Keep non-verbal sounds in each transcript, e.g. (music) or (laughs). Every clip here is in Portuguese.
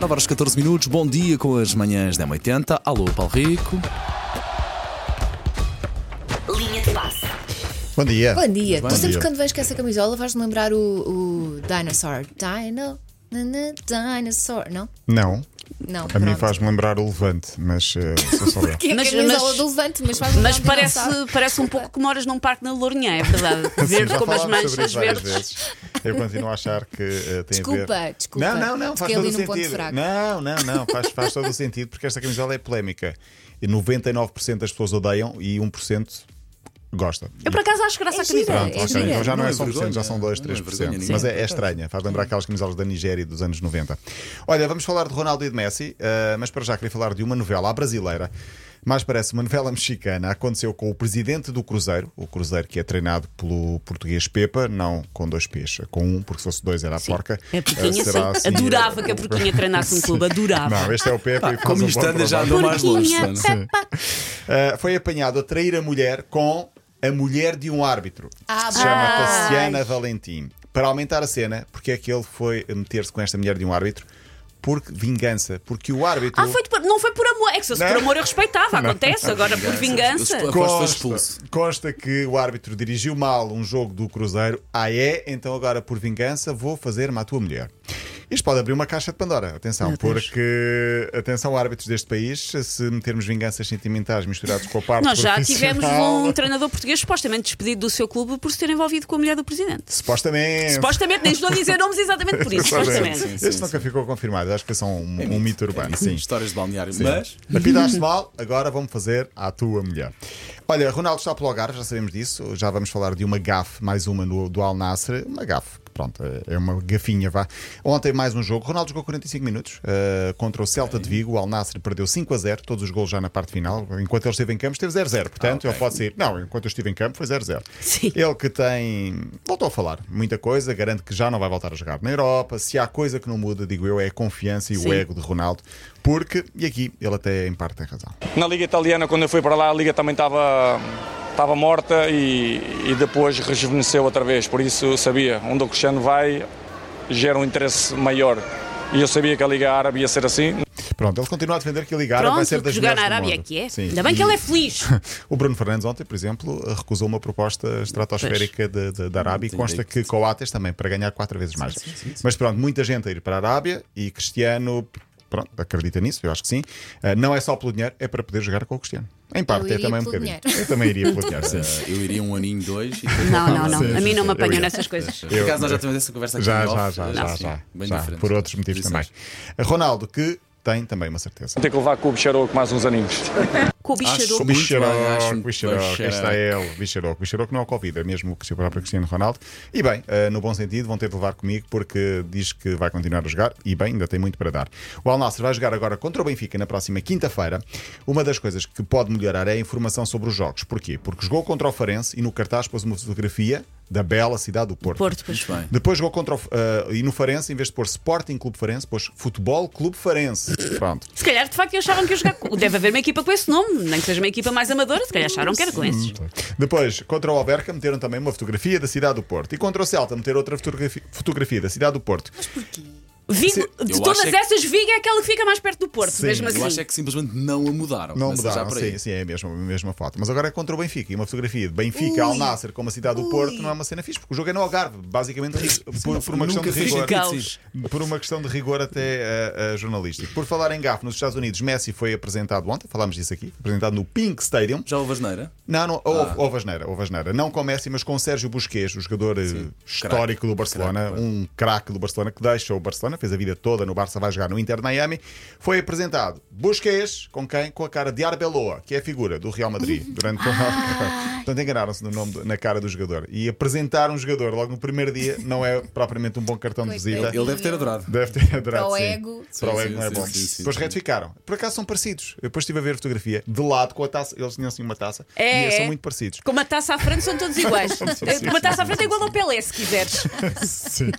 9 horas 14 minutos, bom dia com as manhãs da 80 Alô, Paulo Rico. Linha de passe. Bom dia. Bom dia. Bom tu sempre dia. quando vens com essa camisola vais-me lembrar o, o Dinosaur. Dino. na, na, Dinosaur. Não? Não, Não. a mim pronto. faz-me lembrar o Levante, mas eh, sou só eu. (laughs) Que é a Mas- camisola mas- do Levante, mas faz Mas parece, parece um pouco que moras num parque na Lourinhã, é (laughs) verdade. Verde Já como as falámos sobre manchas isso várias verdes. vezes. Eu continuo a achar que eh, tem a ver. Desculpa, desculpa. Não, não, não, faz Fiquei todo ali o num ponto sentido. fraco. Não, não, não, faz, faz todo o sentido, porque esta camisola é polémica. E 99% das pessoas odeiam e 1% gosta. Eu por acaso acho graça É à camisola. gira, é Ok, gira. então já não, Não é é só 1%, vergonha, já são 2, não é 3%. vergonha nenhuma. mas é, é estranha, faz lembrar aquelas camisolas da Nigéria dos anos 90. Olha, vamos falar de Ronaldo e de Messi, ah, mas para já queria falar de uma novela à brasileira. Mas parece uma novela mexicana. Aconteceu com o presidente do Cruzeiro, o Cruzeiro que é treinado pelo português Pepa, não com dois P's, com um, porque se fosse dois era a porca. A Porquinha, Ah, será É sim. assim, Adorava era- que é a Porquinha treinasse um clube, Não, adorava. este é o Pepa e faz Como um isto bom anda, já trabalho. andou mais longe. Porquinha, Susana. Uh, foi apanhado a trair a mulher com a mulher de um árbitro. Ah, que se chama ai. Tassiana Valentim. Para aumentar a cena, porque é que ele foi meter-se com esta mulher de um árbitro? Porque vingança. Porque o árbitro. Ah, foi de- não foi por amor. É que se fosse Não. por amor eu respeitava, acontece. Agora por vingança. Eu supo- Aposto que foi expulso. Consta, consta que o árbitro dirigiu mal um jogo do Cruzeiro. Ah, é? Então agora, por vingança, vou fazer-me à tua mulher. Isto pode abrir uma caixa de Pandora, atenção, porque, atenção, árbitros deste país, se metermos vinganças sentimentais misturadas com a parte Nós já tivemos profissional- um treinador português supostamente despedido do seu clube por se ter envolvido com a mulher do presidente. Supostamente. Supostamente, nem estou a dizer nomes exatamente por isso. Supostamente. Supostamente. Este nunca ficou confirmado, acho que é só um, um mito urbano. sim. Histórias de balneário. Mas. Apitaste mal, agora vamos fazer à tua mulher. Olha, Ronaldo está pelo Algarve, já sabemos disso. Já vamos falar de uma gafe, mais uma no, do Al Nassr. Uma gafe, que pronto, é- é uma gafinha, vá. Ontem mais um jogo. Ronaldo jogou 45 minutos eh, contra o Celta de Vigo. O Al Nassr perdeu 5 a 0, todos os golos já na parte final. Enquanto ele esteve em campo, esteve 0-0. Portanto, ele pode sair. Não, enquanto eu estive em campo, foi 0-0. Sim. Ele que tem. Voltou a falar muita coisa, garante que já não vai voltar a jogar na Europa. Se há coisa que não muda, digo eu, é a confiança e Sim. o ego de Ronaldo. Porque, e aqui ele até em parte tem razão. Na Liga Italiana, quando eu fui para lá, a Liga também estava, estava morta e, e depois rejuvenesceu outra vez. Por isso eu sabia, onde o Cristiano vai, gera um interesse maior. E eu sabia que a Liga Árabe ia ser assim. Pronto, ele continua a defender que a Liga Árabe vai ser Pronto, que das jogar melhores na do Arábia mundo. aqui é. Sim. Ainda bem que E ele é (laughs) feliz. O Bruno Fernandes ontem, por exemplo, recusou uma proposta estratosférica de- de- da Arábia e é consta que Coates também, para ganhar quatro vezes mais. Mas pronto, muita gente a ir para a Arábia e Cristiano, pronto, acredita nisso, eu acho que sim. Ah, não é só pelo dinheiro, é para poder jogar com o Cristiano. Em parte, é iria também um pelo bocadinho. dinheiro. Eu também iria pelo (laughs) dinheiro, sim. eh, Eu iria um aninho, dois. e depois Não, não, voltava. não. A mim não me Eu ia. apanham nessas coisas. Por acaso nós já tivemos essa conversa aqui Já, em já, off, já, eh, já, sim, já, Bem já. diferente. assim. Por outros motivos também. Posições. Ronaldo, que tem também uma certeza. Tem que levar com o Bicharoco mais uns aninhos. Com o bicharoco. Acho- Muito bem, acho Bicharoco, muito Bicharoco, bem, esta é ele, Bicharoco. Bicharoco não é o Covid, é mesmo o que se próprio Cristiano Ronaldo. E bem, eh, no bom sentido, vão ter de levar comigo porque diz que vai continuar a jogar e bem, ainda tem muito para dar. O Al Nassr vai jogar agora contra o Benfica na próxima quinta-feira. Uma das coisas que pode melhorar é a informação sobre os jogos. Porquê? Porque jogou contra o Farense e no cartaz pôs uma fotografia da bela cidade do Porto. Porto, pois. Muito bem. Depois jogou contra o. eh, e no Farense, em vez de pôr Sporting Clube Farense, pôs Futebol Clube Farense. Pronto. Se calhar, de facto, eles achavam que eu jogar. com- Deve haver uma equipa com esse nome, nem que seja uma equipa mais amadora, se calhar acharam que era com esses. Depois, contra o Alverca, meteram também uma fotografia da cidade do Porto. E contra o Celta, meteram outra fotografi- fotografia da cidade do Porto. Vigo, Eu de acho todas é que- essas, Vigo é aquela que fica mais perto do Porto, Sim, mesmo assim. Eu acho é que simplesmente não a mudaram. Não mas já mudaram, por aí. sim, sim, é a mesma, a mesma foto. Mas agora é contra o Benfica. E uma fotografia de Benfica, Al Nasser, como a cidade do Porto, não é uma cena fixe, porque o jogo é no Algarve, basicamente ri- por, por uma questão de Nunca fez rigor. sentido. sentido. Por uma questão de rigor até eh, eh, jornalístico. Por falar em gafe, nos Estados Unidos, Messi foi apresentado ontem, falámos disso aqui, apresentado no Pink Stadium. Já houve asneira? Não, não, houve, houve asneira, houve asneira. Não com Messi, mas com Sérgio Busquets, o jogador eh, histórico do Barcelona, um craque do Barcelona que deixa o Barcelona, fez a vida toda no Barça, vai jogar no Inter de Miami. Foi apresentado Busquets, com quem? Com a cara de Arbeloa, que é a figura do Real Madrid. Durante (laughs) Portanto, enganaram-se no nome, do- na cara do jogador. E apresentar um jogador logo no primeiro dia não é propriamente um bom cartão de Coitado. visita. Ele deve ter adorado. Deve ter adorado. Para o sim. ego. Para o Sim, ego não é sim, bom. sim, sim, Depois sim. retificaram. Por acaso são parecidos. Eu depois estive a ver a fotografia de lado com a taça. Eles tinham assim uma taça É, e é. são muito parecidos. Com uma taça à frente são todos iguais. (laughs) uma taça à frente é igual ao Pelé, se quiseres. Sim.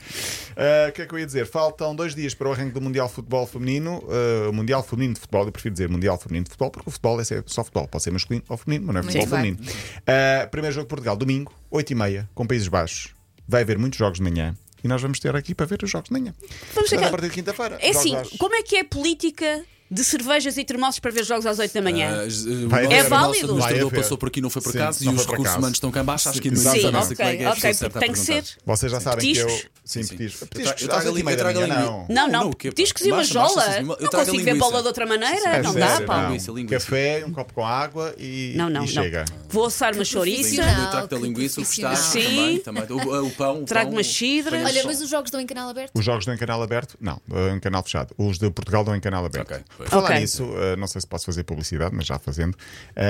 Ah, O que é que eu ia dizer? Faltam dois dias para o arranque do Mundial de Futebol Feminino. Ah, mundial Feminino de Futebol, eu prefiro dizer Mundial Feminino de Futebol, porque o futebol é ser- só futebol. Pode ser masculino ou feminino, mas não é futebol bem. feminino. Ah, primeiro jogo de Portugal, domingo, 8h30, com Países Baixos. Vai haver muitos jogos de manhã. E nós vamos ter aqui para ver os jogos de manhã. Vamos Portanto, chegar- a partir de quinta-feira. É jogos assim, às- como é que é a política de cervejas e termossos para ver jogos às 8 da manhã? Ah, Eh, Vai É válido? O nosso Vai administrador haver. passou por aqui, não foi para Sim, casa e não os foi para recursos casa. humanos estão cá em baixo. Acho que ainda Sim, não ok, sei qual é que é a ok, pessoa certa a tem que perguntar. ser. Vocês já sabem que eu. Petiscos? Sim, petiscos. Eu Petiscos às trago oito e linguiça, meia eu da trago manhã, linguiça. não. Não, Não, não, o quê, pá? petiscos e uma Baixa, baixa, jola. baixa, eu Não trago a consigo ver linguiça. bola de outra maneira, É não sério, dá, pá. não. Linguiça, linguiça. Café, um copo com água e, Não, não, e chega. não. Vou assar uma Vem chouriça. Não, o trago da que linguiça, o que está. profissional. Também, também. O, o pão. O Trago pão, umas cidras. venha Olha, só. mas os jogos estão em canal aberto? Os jogos estão em canal aberto? Não, eh, em canal fechado. Os de Portugal estão em canal aberto. Ok, Por pois. falar Ok. nisso, eh, não sei se posso fazer publicidade, mas já fazendo.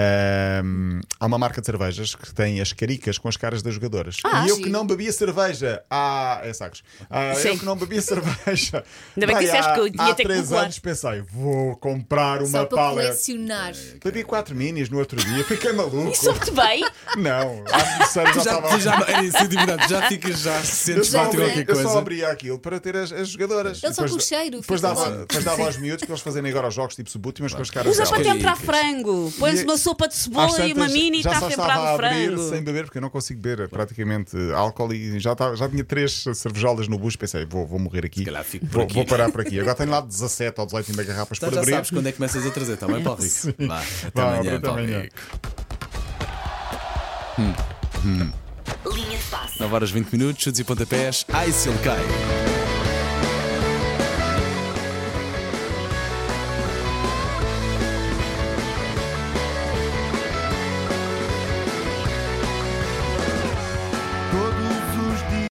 ehm, há uma marca de cervejas que tem as caricas com as caras das jogadoras. Ah, e eu sim. que não bebia cerveja há. É sacos. Ah, eu Sim. que não bebia (laughs) cerveja. Ainda bem que Vai, disseste há- que eu ia há ter que três calcular. anos pensei, vou comprar uma Só para pallet. colecionar. Bebi quatro minis no outro dia, fiquei maluco. E soube-te bem? Não, há necessário já Já, estava. tu já, é isso, é verdade, já ficas, (laughs) já Eu sentes só, mal Bate de abri, qualquer eu só coisa. Tá, abria aquilo para ter as, as jogadoras. Eles só Depois com o da- cheiro, Depois ficam dava, só- depois dava aos miúdos que eles fazem agora aos jogos tipo subúltimos com as caras Usa delas. para temperar Sim. frango. Pões E- uma sopa de Às cebola é e uma tantas, mini e já está só a temperar estava o a abrir frango. sem beber, porque eu não consigo beber praticamente álcool e já, estava- já tinha três cervejolas no bucho. Pensei, vou, vou morrer aqui. calhar fico por vou, aqui. vou parar por aqui. Agora tenho lá 17 ou 18 mega garrafas Então para já abrir. sabes quando é que começas a trazer, também, Paulo Rico? Vá, até Vá, amanhã, até Paulo amanhã. Rico. Linha de passe. Hum, 9 horas 20 minutos, chutes e pontapés. Ai, se ele cai.